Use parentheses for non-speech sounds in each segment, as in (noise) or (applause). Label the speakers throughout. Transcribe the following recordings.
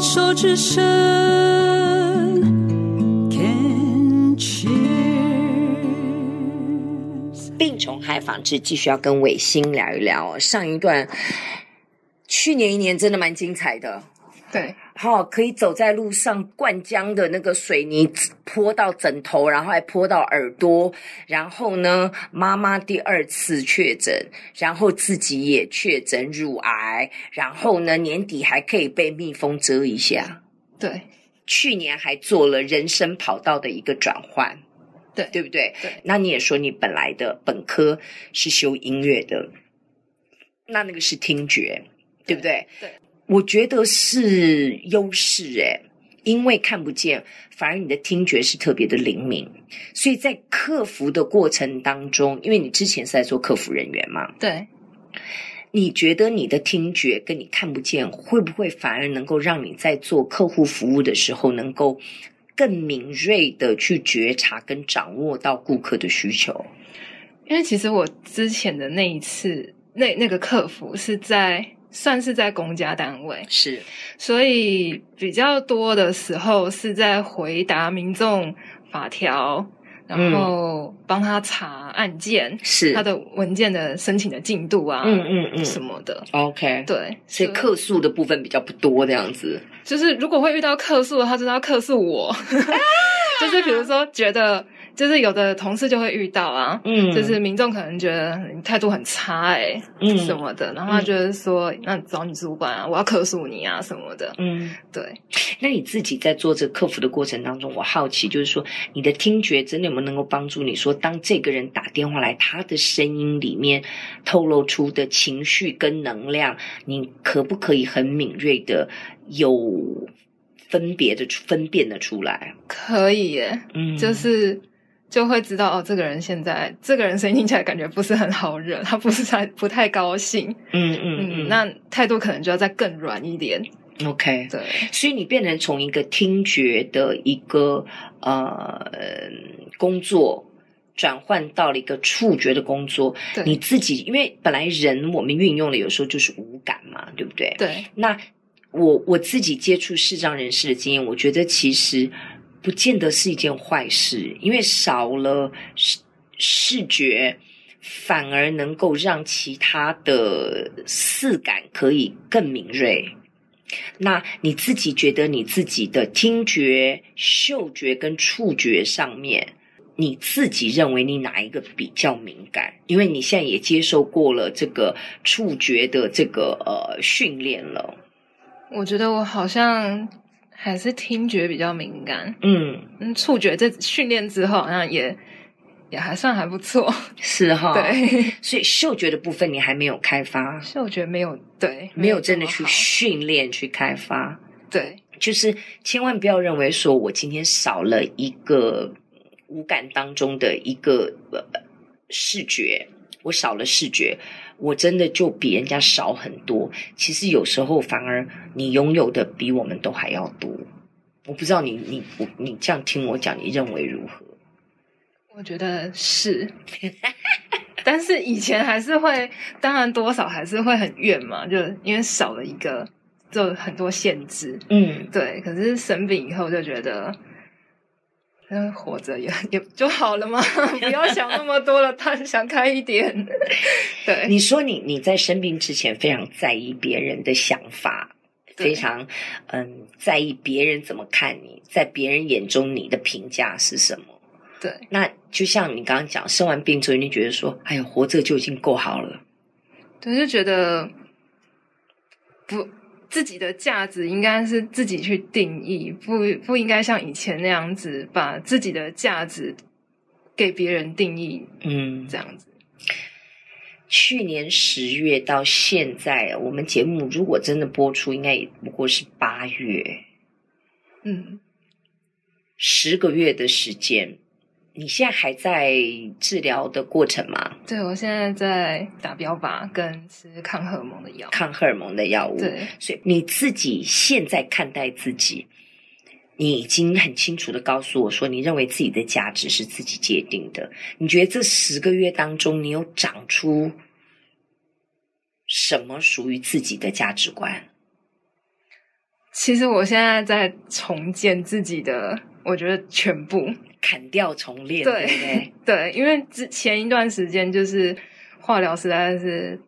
Speaker 1: 手之声，Can cheers。
Speaker 2: 病虫害防治，继续要跟伟星聊一聊上一段。去年一年真的蛮精彩的，
Speaker 3: 对，
Speaker 2: 好、可以走在路上，灌浆的那个水泥泼到枕头，然后还泼到耳朵，然后呢，妈妈第二次确诊，然后自己也确诊乳癌，然后呢，年底还可以被蜜蜂蛰一下。
Speaker 3: 对，
Speaker 2: 去年还做了人生跑道的一个转换，
Speaker 3: 对
Speaker 2: 对不对？
Speaker 3: 对
Speaker 2: 那你也说你本来的本科是修音乐的，那那个是听觉，对不对？
Speaker 3: 对对
Speaker 2: 我觉得是优势诶、因为看不见，反而你的听觉是特别的灵敏，所以在客服的过程当中，因为你之前是在做客服人员嘛，
Speaker 3: 对，
Speaker 2: 你觉得你的听觉跟你看不见，会不会反而能够让你在做客户服务的时候，能够更敏锐的去觉察跟掌握到顾客的需求？
Speaker 3: 因为其实我之前的那一次，那那个客服是在算是在公家单位，
Speaker 2: 是
Speaker 3: 所以比较多的时候是在回答民众法条，然后帮他查案件，
Speaker 2: 是，
Speaker 3: 他的文件的申请的进度啊，
Speaker 2: 嗯嗯嗯
Speaker 3: 什么的，
Speaker 2: ，OK，
Speaker 3: 对，
Speaker 2: 所以客诉的部分比较不多，这样子
Speaker 3: 就是如果会遇到客诉的话，就是要客
Speaker 2: (laughs)
Speaker 3: 诉我， (laughs) 就是比如说觉得，就是有的同事就会遇到啊，
Speaker 2: 嗯
Speaker 3: 就是民众可能觉得你态度很差哎、
Speaker 2: 嗯
Speaker 3: 什么的，然后他觉得说，那你找你主管啊，我要客诉你啊什么的，
Speaker 2: 嗯。
Speaker 3: 对，
Speaker 2: 那你自己在做这个客服的过程当中，我好奇就是说，你的听觉真的有没有能够帮助你说，当这个人打电话来，他的声音里面透露出的情绪跟能量，你可不可以很敏锐的有分别的分辨的出来？
Speaker 3: 可以耶、
Speaker 2: 嗯，
Speaker 3: 就是就会知道哦，这个人现在这个人声音听起来感觉不是很好惹，他不是太不太高兴，
Speaker 2: 嗯嗯
Speaker 3: 嗯，
Speaker 2: 嗯，
Speaker 3: 那态度可能就要再更软一点，
Speaker 2: OK，
Speaker 3: 对，
Speaker 2: 所以你变成从一个听觉的一个呃工作，转换到了一个触觉的工作。
Speaker 3: 对
Speaker 2: 你自己，因为本来人我们运用的有时候就是五感嘛，对不对？
Speaker 3: 对，
Speaker 2: 那我我自己接触视障人士的经验，我觉得其实不见得是一件坏事，因为少了视视觉，反而能够让其他的四感可以更敏锐。那你自己觉得你自己的听觉、嗅觉跟触觉上面，你自己认为你哪一个比较敏感？因为你现在也接受过了这个触觉的这个呃训练了，
Speaker 3: 我觉得我好像还是听觉比较敏感，
Speaker 2: 嗯，
Speaker 3: 嗯，触觉这训练之后好像也也还算还不错，
Speaker 2: 是哈，，
Speaker 3: 对，
Speaker 2: 所以嗅觉的部分你还没有开发，
Speaker 3: 嗅觉没有对，
Speaker 2: 没有
Speaker 3: 这
Speaker 2: 真
Speaker 3: 么
Speaker 2: 的去
Speaker 3: 好
Speaker 2: 训练去开发，
Speaker 3: 对
Speaker 2: 就是千万不要认为说我今天少了一个嗯五感当中的一个呃视觉，我少了视觉，我真的就比人家少很多。其实有时候反而你拥有的比我们都还要多。我不知道你你我你这样听我讲，你认为如何？
Speaker 3: 我觉得是， (laughs) 但是以前还是会，当然多少还是会很怨嘛，就因为少了一个，就很多限制。
Speaker 2: 嗯，
Speaker 3: 对，可是生病以后就觉得，嗯，活着也也就好了嘛， (laughs) 不要想那么多了，他想开一点。 (laughs) 对，
Speaker 2: 你说你你在生病之前非常在意别人的想法，
Speaker 3: 对
Speaker 2: 非常嗯在意别人怎么看你，在别人眼中你的评价是什么？
Speaker 3: 对，
Speaker 2: 那就像你刚刚讲，生完病之后，你就觉得说，哎呀，活着就已经够好了。
Speaker 3: 对，就觉得不自己的价值应该是自己去定义，不不应该像以前那样子把自己的价值给别人定义
Speaker 2: 嗯，
Speaker 3: 这样子。
Speaker 2: 去年十月到现在，我们节目如果真的播出，应该也不过是八月
Speaker 3: 嗯，
Speaker 2: 十个月的时间。你现在还在治疗的过程吗？
Speaker 3: 对我现在在打标靶跟吃抗荷尔蒙的药。
Speaker 2: 抗荷尔蒙的药物？
Speaker 3: 对，
Speaker 2: 所以你自己现在看待自己，你已经很清楚的告诉我说，你认为自己的价值是自己界定的。你觉得这十个月当中，你有长出什么属于自己的价值观？
Speaker 3: 其实我现在在重建自己的，我觉得全部
Speaker 2: 砍掉重练，对
Speaker 3: 对
Speaker 2: 不对？
Speaker 3: 对，因为之前一段时间就是化疗，实在是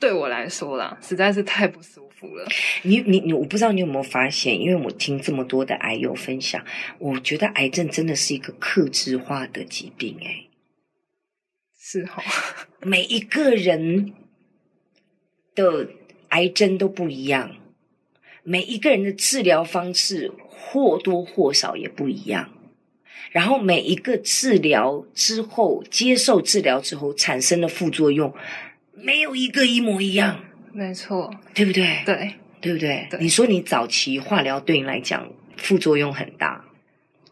Speaker 3: 对我来说啦，实在是太不舒服了。
Speaker 2: 你你你，我不知道你有没有发现，因为我听这么多的癌友分享，我觉得癌症真的是一个克制化的疾病、欸，哎，
Speaker 3: 是哈，
Speaker 2: 每一个人的癌症都不一样，每一个人的治疗方式或多或少也不一样。然后每一个治疗之后，接受治疗之后产生的副作用，没有一个一模一样，
Speaker 3: 没错，
Speaker 2: 对不对？
Speaker 3: 对
Speaker 2: 对不对？
Speaker 3: 对
Speaker 2: 你说你早期化疗对你来讲副作用很大，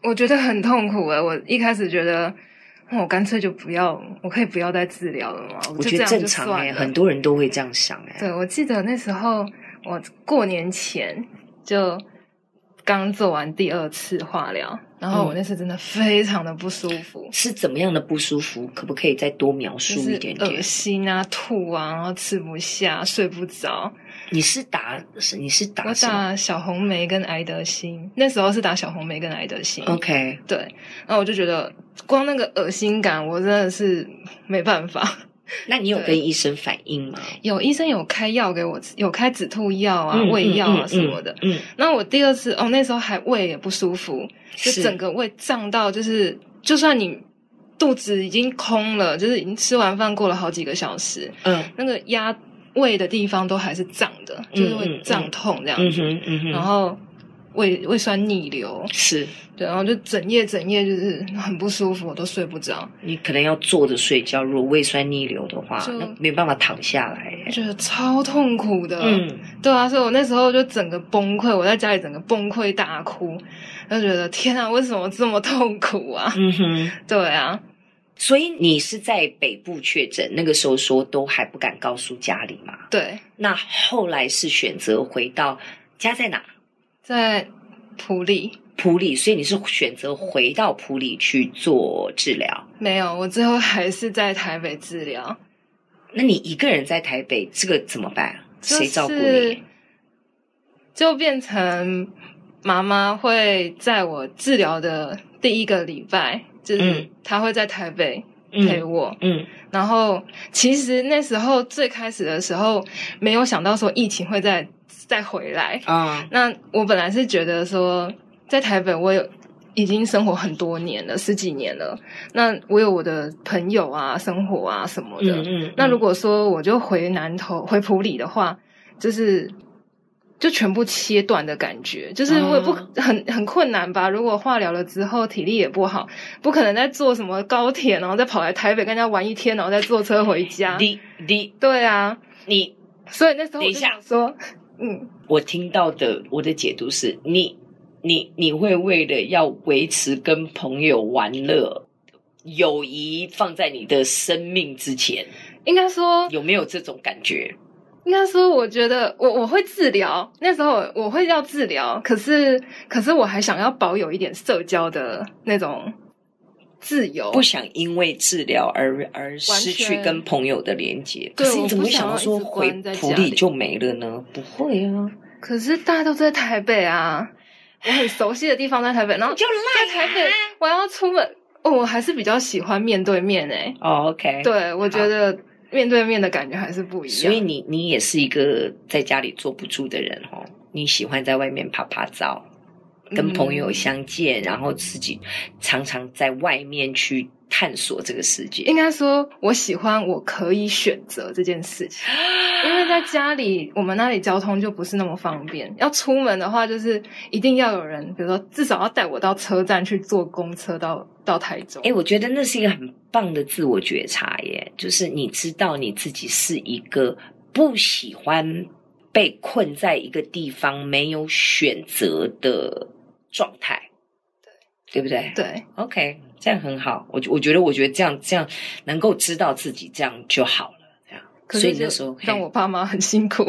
Speaker 3: 我觉得很痛苦诶、我一开始觉得。嗯我干脆就不要，我可以不要再治疗了嘛？
Speaker 2: 我
Speaker 3: 就
Speaker 2: 觉得
Speaker 3: 这样就
Speaker 2: 正常
Speaker 3: 算
Speaker 2: 哎、
Speaker 3: 了
Speaker 2: 很多人都会这样想哎、
Speaker 3: 对，我记得那时候我过年前就刚做完第二次化疗，然后我
Speaker 2: 嗯
Speaker 3: 那次真的非常的不舒服，
Speaker 2: 是怎么样的不舒服？可不可以再多描
Speaker 3: 就
Speaker 2: 述
Speaker 3: 是
Speaker 2: 一点点？
Speaker 3: 恶心啊、吐啊，然后吃不下、睡不着。
Speaker 2: 你是打是啊你是打
Speaker 3: 我
Speaker 2: 什么
Speaker 3: 打小红梅跟埃德辛，那时候是打小红梅跟埃德辛。
Speaker 2: ？OK，
Speaker 3: 对，然后我就觉得光那个恶心感，我真的是没办法。
Speaker 2: 那你有
Speaker 3: 对
Speaker 2: 跟医生反映吗？
Speaker 3: 有医生有开药给我吃，有开止吐药啊、
Speaker 2: 嗯
Speaker 3: 胃药
Speaker 2: 嗯
Speaker 3: 啊
Speaker 2: 嗯
Speaker 3: 什么的。
Speaker 2: 嗯，
Speaker 3: 那我第二次哦，那时候还胃也不舒服，
Speaker 2: 嗯
Speaker 3: 就是整个胃胀到，就是就算你肚子已经空了，就是已经吃完饭过了好几个小时，
Speaker 2: 嗯
Speaker 3: 那个压胃的地方都还是胀的，就是会胀痛这样
Speaker 2: 嗯
Speaker 3: 子，
Speaker 2: 哼嗯哼，
Speaker 3: 然后胃胃酸逆流，
Speaker 2: 是
Speaker 3: 对，然后就整夜整夜就是很不舒服，我都睡不着，
Speaker 2: 你可能要坐着睡觉，如果胃酸逆流的话，
Speaker 3: 就
Speaker 2: 那没办法躺下来、
Speaker 3: 我
Speaker 2: 欸。
Speaker 3: 觉得超痛苦的，
Speaker 2: 嗯，
Speaker 3: 对啊，所以我那时候就整个崩溃，我在家里整个崩溃大哭，就觉得天啊，为什么这么痛苦啊？
Speaker 2: 嗯哼，
Speaker 3: 对啊，
Speaker 2: 所以你是在北部确诊，那个时候说都还不敢告诉家里嘛？
Speaker 3: 对，
Speaker 2: 那后来是选择回到家在哪？
Speaker 3: 在普利
Speaker 2: 普里，所以你是选择回到普里去做治疗。
Speaker 3: 没有，我最后还是在台北治疗，
Speaker 2: 那你一个人在台北，这个怎么办？
Speaker 3: 就是
Speaker 2: 谁照顾你？
Speaker 3: 就变成妈妈会在我治疗的第一个礼拜，就是
Speaker 2: 嗯
Speaker 3: 她会在台北陪
Speaker 2: 嗯
Speaker 3: 我。
Speaker 2: 嗯
Speaker 3: 然后其实那时候最开始的时候，没有想到说疫情会再再回来。
Speaker 2: 啊
Speaker 3: 那我本来是觉得说，在台北我有已经生活很多年了，十几年了。那我有我的朋友啊，生活啊什么的。
Speaker 2: 嗯嗯。
Speaker 3: 那如
Speaker 2: 果
Speaker 3: 果说我就回南投、回埔里的话，就是就全部切断的感觉，就是我也不、
Speaker 2: 哦
Speaker 3: 很很困难吧。如果化疗了之后体力也不好，不可能再坐什么高铁，然后再跑来台北跟人家玩一天，然后再坐车回家。
Speaker 2: 你你
Speaker 3: 对啊，
Speaker 2: 你，
Speaker 3: 所以那时候我
Speaker 2: 等一
Speaker 3: 就
Speaker 2: 下
Speaker 3: 想说，嗯，
Speaker 2: 我听到的我的解读是你你你会为了要维持跟朋友玩乐。友谊放在你的生命之前，
Speaker 3: 应该说
Speaker 2: 有没有这种感觉？
Speaker 3: 应该说，我觉得我我会治疗，那时候我我会要治疗，可是可是我还想要保有一点社交的那种自由。
Speaker 2: 不想因为治疗而而失去
Speaker 3: 完全
Speaker 2: 跟朋友的连接。可
Speaker 3: 对
Speaker 2: 是你怎么会
Speaker 3: 我不想
Speaker 2: 想到
Speaker 3: 要
Speaker 2: 说
Speaker 3: 一直
Speaker 2: 回
Speaker 3: 关在
Speaker 2: 普
Speaker 3: 家
Speaker 2: 里
Speaker 3: 里
Speaker 2: 就没了呢？不会啊，
Speaker 3: 可是大家都在台北啊，我很熟悉的地方在台北，然后
Speaker 2: 就啊
Speaker 3: 在台北我要出门，哦，我还是比较喜欢面对面诶、欸
Speaker 2: 哦，OK，，
Speaker 3: 对，我觉得面对面的感觉还是不一样。
Speaker 2: 所以你你也是一个在家里坐不住的人哦，你喜欢在外面拍拍照，跟朋友相见，然后自己常常在外面去探索这个世界
Speaker 3: 应。该说，我喜欢我可以选择这件
Speaker 2: (gasps)
Speaker 3: 事情，因为在家里，我们那里交通就不是那么方便。要出门的话，就是一定要有人，比如说至少要带我到车站去坐公车到到台中。
Speaker 2: 哎，我觉得那是一个很棒的自我觉察耶，就是你知道你自己是一个不喜欢被困在一个地方没有选择的状态，对不对？
Speaker 3: 对，
Speaker 2: ，OK，这样很好。我觉我觉得，我觉得这样这样能够知道自己，这样就好了。这样，
Speaker 3: 可
Speaker 2: 所
Speaker 3: 是
Speaker 2: 以那
Speaker 3: 就
Speaker 2: 时候
Speaker 3: 让
Speaker 2: 嘿
Speaker 3: 我爸妈很辛苦。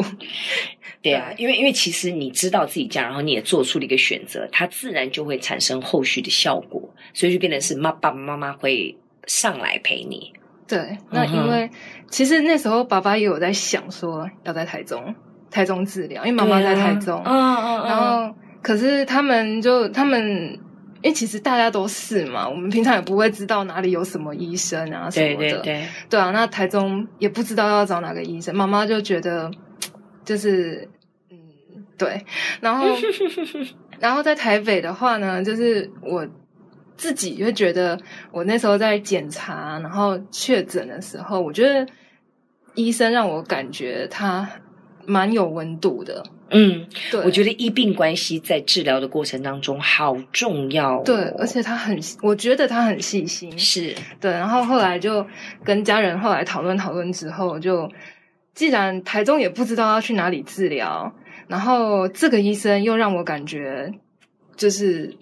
Speaker 2: 对啊，因为因为其实你知道自己这样，然后你也做出了一个选择，它自然就会产生后续的效果，所以就变成
Speaker 3: 嗯
Speaker 2: 是妈爸爸妈妈会上来陪你。
Speaker 3: 对，那
Speaker 2: 嗯哼
Speaker 3: 因为其实那时候爸爸也有在想说要在台中，台中治疗，因为妈妈在台中，啊
Speaker 2: 嗯嗯，
Speaker 3: 然后可是他们就他们，因为其实大家都是嘛，我们平常也不会知道哪里有什么医生啊什
Speaker 2: 对
Speaker 3: 么的，
Speaker 2: 对对，
Speaker 3: 对啊，那台中也不知道要找哪个医生，妈妈就觉得就是嗯对，然
Speaker 2: (laughs)
Speaker 3: 后然后在台北的话呢，就是我自己就觉得我那时候在检查然后确诊的时候，我觉得医生让我感觉他蛮有温度的，
Speaker 2: 嗯，
Speaker 3: 对，
Speaker 2: 我觉得医病关系在治疗的过程当中好重要哦、
Speaker 3: 对，而且他很，我觉得他很细心，
Speaker 2: 是
Speaker 3: 对，然后后来就跟家人后来讨论讨论之后就，既然台中也不知道要去哪里治疗，然后这个医生又让我感觉就是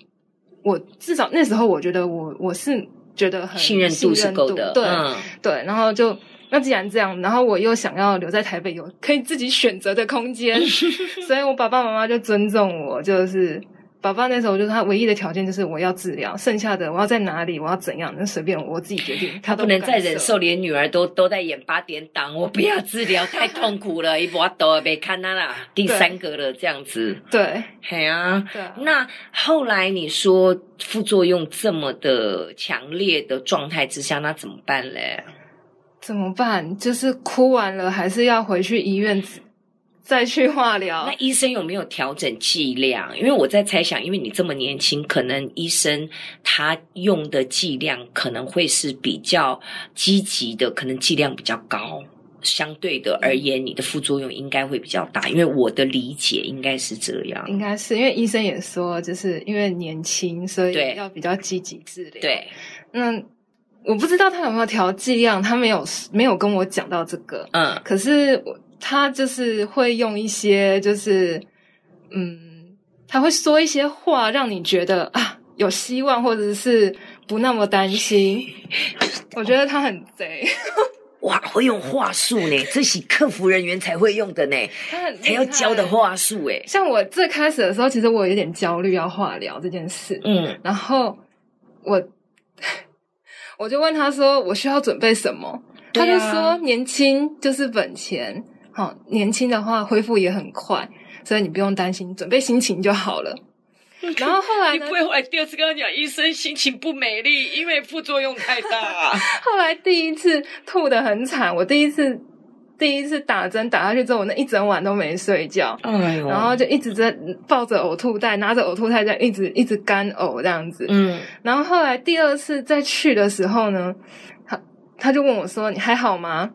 Speaker 3: 我至少那时候我觉得我我是觉得很
Speaker 2: 信任度是够的，
Speaker 3: 对、
Speaker 2: 嗯
Speaker 3: 对，然后就。那既然这样，然后我又想要留在台北，有可以自己选择的
Speaker 2: (laughs)
Speaker 3: 空间，所以我爸爸妈妈就尊重我，就是爸爸那时候就是他唯一的条件就是我要治疗，剩下的我要在哪里，我要怎样，那随便我自己决定。
Speaker 2: 他
Speaker 3: 都
Speaker 2: 不能
Speaker 3: 干
Speaker 2: 再忍
Speaker 3: 涉
Speaker 2: 受，连女儿都都在演八点档， (laughs) 我不要治疗，太痛苦了，一波都被看他 (laughs) 啦，第三个了这样子，
Speaker 3: 对
Speaker 2: 嘿啊。
Speaker 3: 对啊
Speaker 2: 那后来你说副作用这么的强烈的状态之下，那怎么办嘞？
Speaker 3: 怎么办？就是哭完了还是要回去医院再去化疗
Speaker 2: 那？医生有没有调整剂量？因为我在猜想，因为你这么年轻，可能医生他用的剂量可能会是比较积极的，可能剂量比较高。相对的而言，你的副作用应该会比较大，因为我的理解应该是这
Speaker 3: 应
Speaker 2: 样。
Speaker 3: 该是因为医生也说，就是因为年轻，所
Speaker 2: 对
Speaker 3: 以要比较积极治疗。，
Speaker 2: 对，
Speaker 3: 那我不知道他有没有调剂量，他没有没有跟我讲到这个。
Speaker 2: 嗯，
Speaker 3: 可是我他就是会用一些，就是嗯，他会说一些话，让你觉得啊有希望，或者是不那么
Speaker 2: (laughs)
Speaker 3: 担心。我觉得他很贼，
Speaker 2: 哇，会用话术 (laughs) 呢，这是客服人员才会用的呢，
Speaker 3: 他很
Speaker 2: 才要教的
Speaker 3: 话。
Speaker 2: 话术哎。
Speaker 3: 像我最开始的时候，其实我有点焦虑要化疗这件事，
Speaker 2: 嗯，
Speaker 3: 然后我我就问他说我需要准备什么，他
Speaker 2: 对
Speaker 3: 就
Speaker 2: 啊
Speaker 3: 说年轻就是本钱，好、年轻的话恢复也很快，所以你不用担心，准备心情就
Speaker 2: (laughs)
Speaker 3: 好了。然后后来呢？
Speaker 2: 后来第二次跟他讲，医生心情不美丽，因为副作用太大。
Speaker 3: 后来第一次吐的很惨，我第一次第一次打针打下去之后，我那一整晚都没睡觉。
Speaker 2: (laughs) 哎呦，
Speaker 3: 然后就一直在抱着呕吐袋，拿着呕吐袋在一直一直干呕这样子。
Speaker 2: 嗯，
Speaker 3: 然后后来第二次再去的时候呢，他他就问我说：“你还好吗？”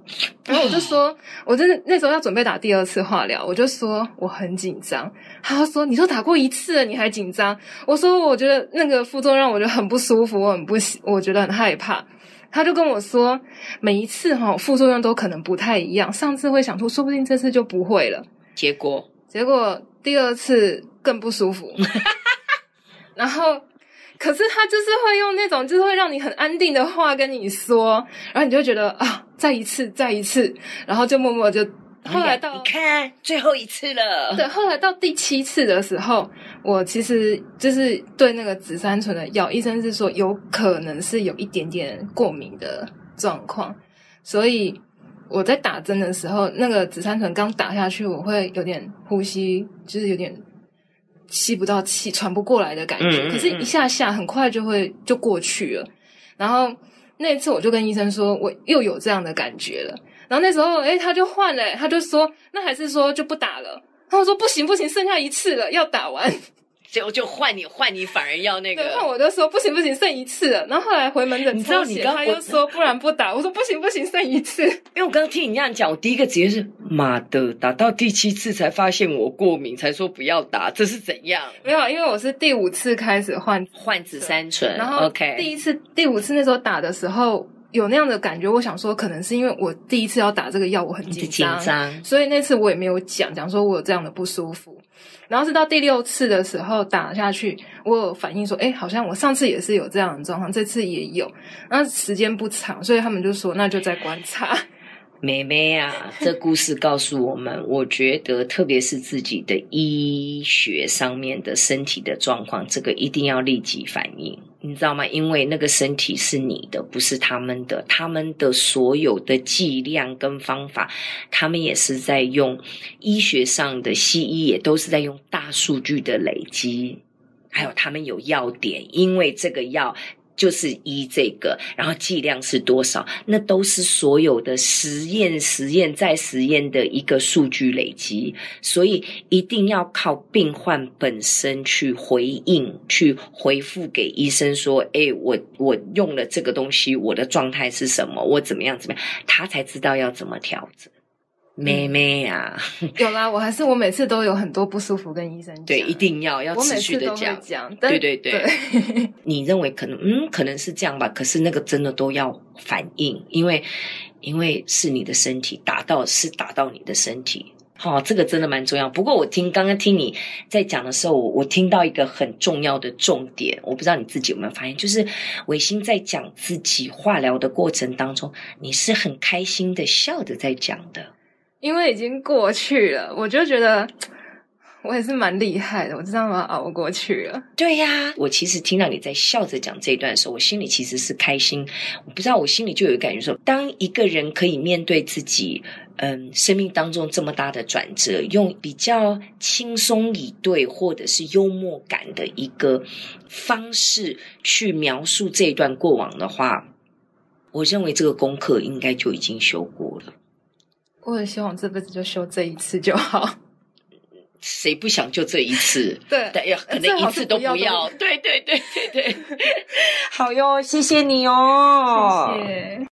Speaker 3: 然后我就说：“我真的那时候要准备打第二次化疗，我就说我很紧张。”他就说：“你都打过一次了，你还紧张？”我说：“我觉得那个副作用让我觉得很不舒服，我很不喜，我觉得很害怕。”他就跟我说，每一次哈、副作用都可能不太一样，上次会想吐，说不定这次就不会了。
Speaker 2: 结果
Speaker 3: 结果第二次更不舒服， (laughs) 然后可是他就是会用那种就是会让你很安定的话跟你说，然后你就会觉得啊，再一次，再一次，然后就默默就后来
Speaker 2: 哎呀
Speaker 3: 到
Speaker 2: 你看最后一次了，
Speaker 3: 对，后来到第七次的时候，我其实就是对那个紫杉醇的药，医生是说有可能是有一点点过敏的状况，所以我在打针的时候，那个紫杉醇刚打下去，我会有点呼吸，就是有点吸不到气、喘不过来的感觉，
Speaker 2: 嗯嗯
Speaker 3: 可是
Speaker 2: 嗯
Speaker 3: 一下下很快就会就过去了。然后那一次我就跟医生说，我又有这样的感觉了。然后那时候，诶，他就换了、他就说，那还是说就不打了。然后我说不行不行，剩下一次了，要打
Speaker 2: (laughs)
Speaker 3: 完。
Speaker 2: 结果就换你，换你反而要那
Speaker 3: 对，换
Speaker 2: 个。
Speaker 3: 我就说不行不行，剩一次了。然后后来回门诊
Speaker 2: 你知道
Speaker 3: 抽血
Speaker 2: 你刚
Speaker 3: 他
Speaker 2: 我
Speaker 3: 又说不然不打。我说不行不行，剩一次。
Speaker 2: 因为我刚刚听你这样讲，我第一个直接是妈的，打到第七次才发现我过敏，才说不要打，这是怎样？
Speaker 3: 没有，因为我是第五次开始换，
Speaker 2: 换紫杉醇，
Speaker 3: 然后
Speaker 2: OK，
Speaker 3: 第一次第五次那时候打的时候有那样的感觉，我想说可能是因为我第一次要打这个药，我很
Speaker 2: 你的
Speaker 3: 紧
Speaker 2: 紧
Speaker 3: 张。
Speaker 2: 张，
Speaker 3: 所以那次我也没有讲，讲说我有这样的不舒服。然后是到第六次的时候打下去，我有反应说，哎，好像我上次也是有这样的状况，这次也有。那时间不长，所以他们就说那就再观
Speaker 2: (laughs)
Speaker 3: 察。
Speaker 2: 妹妹啊，这故事告诉我们，我觉得特别是自己的医学上面的身体的状况，这个一定要立即反应。你知道吗？因为那个身体是你的，不是他们的。他们的所有的剂量跟方法，他们也是在用医学上的西医，也都是在用大数据的累积。还有他们有药典，因为这个药就是医这个，然后剂量是多少，那都是所有的实验、实验再实验的一个数据累积。所以一定要靠病患本身去回应、去回复给医生说：“诶、我我用了这个东西，我的状态是什么？我怎么样怎么样？”他才知道要怎么调整。
Speaker 3: 嗯
Speaker 2: 妹妹啊，
Speaker 3: 有啦，我还是我每次都有很多不舒服跟医生讲，
Speaker 2: 对，一定要要
Speaker 3: 啊我每
Speaker 2: 持续
Speaker 3: 次
Speaker 2: 的
Speaker 3: 都会
Speaker 2: 讲。
Speaker 3: 讲，但
Speaker 2: 对对对你认为可能嗯可能是这样吧，可是那个真的都要反应，因为因为是你的身体打到是打到你的身体。好、这个真的蛮重要。不过我听刚刚听你在讲的时候，我我听到一个很重要的重点，我不知道你自己有没有发现，就是伟星在讲自己化疗的过程当中，你是很开心的笑着在讲的。
Speaker 3: 因为已经过去了，我就觉得我也是蛮厉害的，我知道我要熬过去了。
Speaker 2: 对呀、我其实听到你在笑着讲这一段的时候，我心里其实是开心。我不知道，我心里就有一个感觉说，当一个人可以面对自己，嗯，生命当中这么大的转折，用比较轻松以对或者是幽默感的一个方式去描述这一段过往的话，我认为这个功课应该就已经修过了。
Speaker 3: 我也希望我这辈子就修这一次就好。
Speaker 2: 谁不想就这一
Speaker 3: (laughs)
Speaker 2: 次？
Speaker 3: 对
Speaker 2: 但也可能
Speaker 3: 最
Speaker 2: 一
Speaker 3: 好
Speaker 2: 次
Speaker 3: 是
Speaker 2: 都
Speaker 3: 不要
Speaker 2: 不要。
Speaker 3: 对
Speaker 2: 对对对对对，好哟，谢谢你哦，
Speaker 3: 谢谢。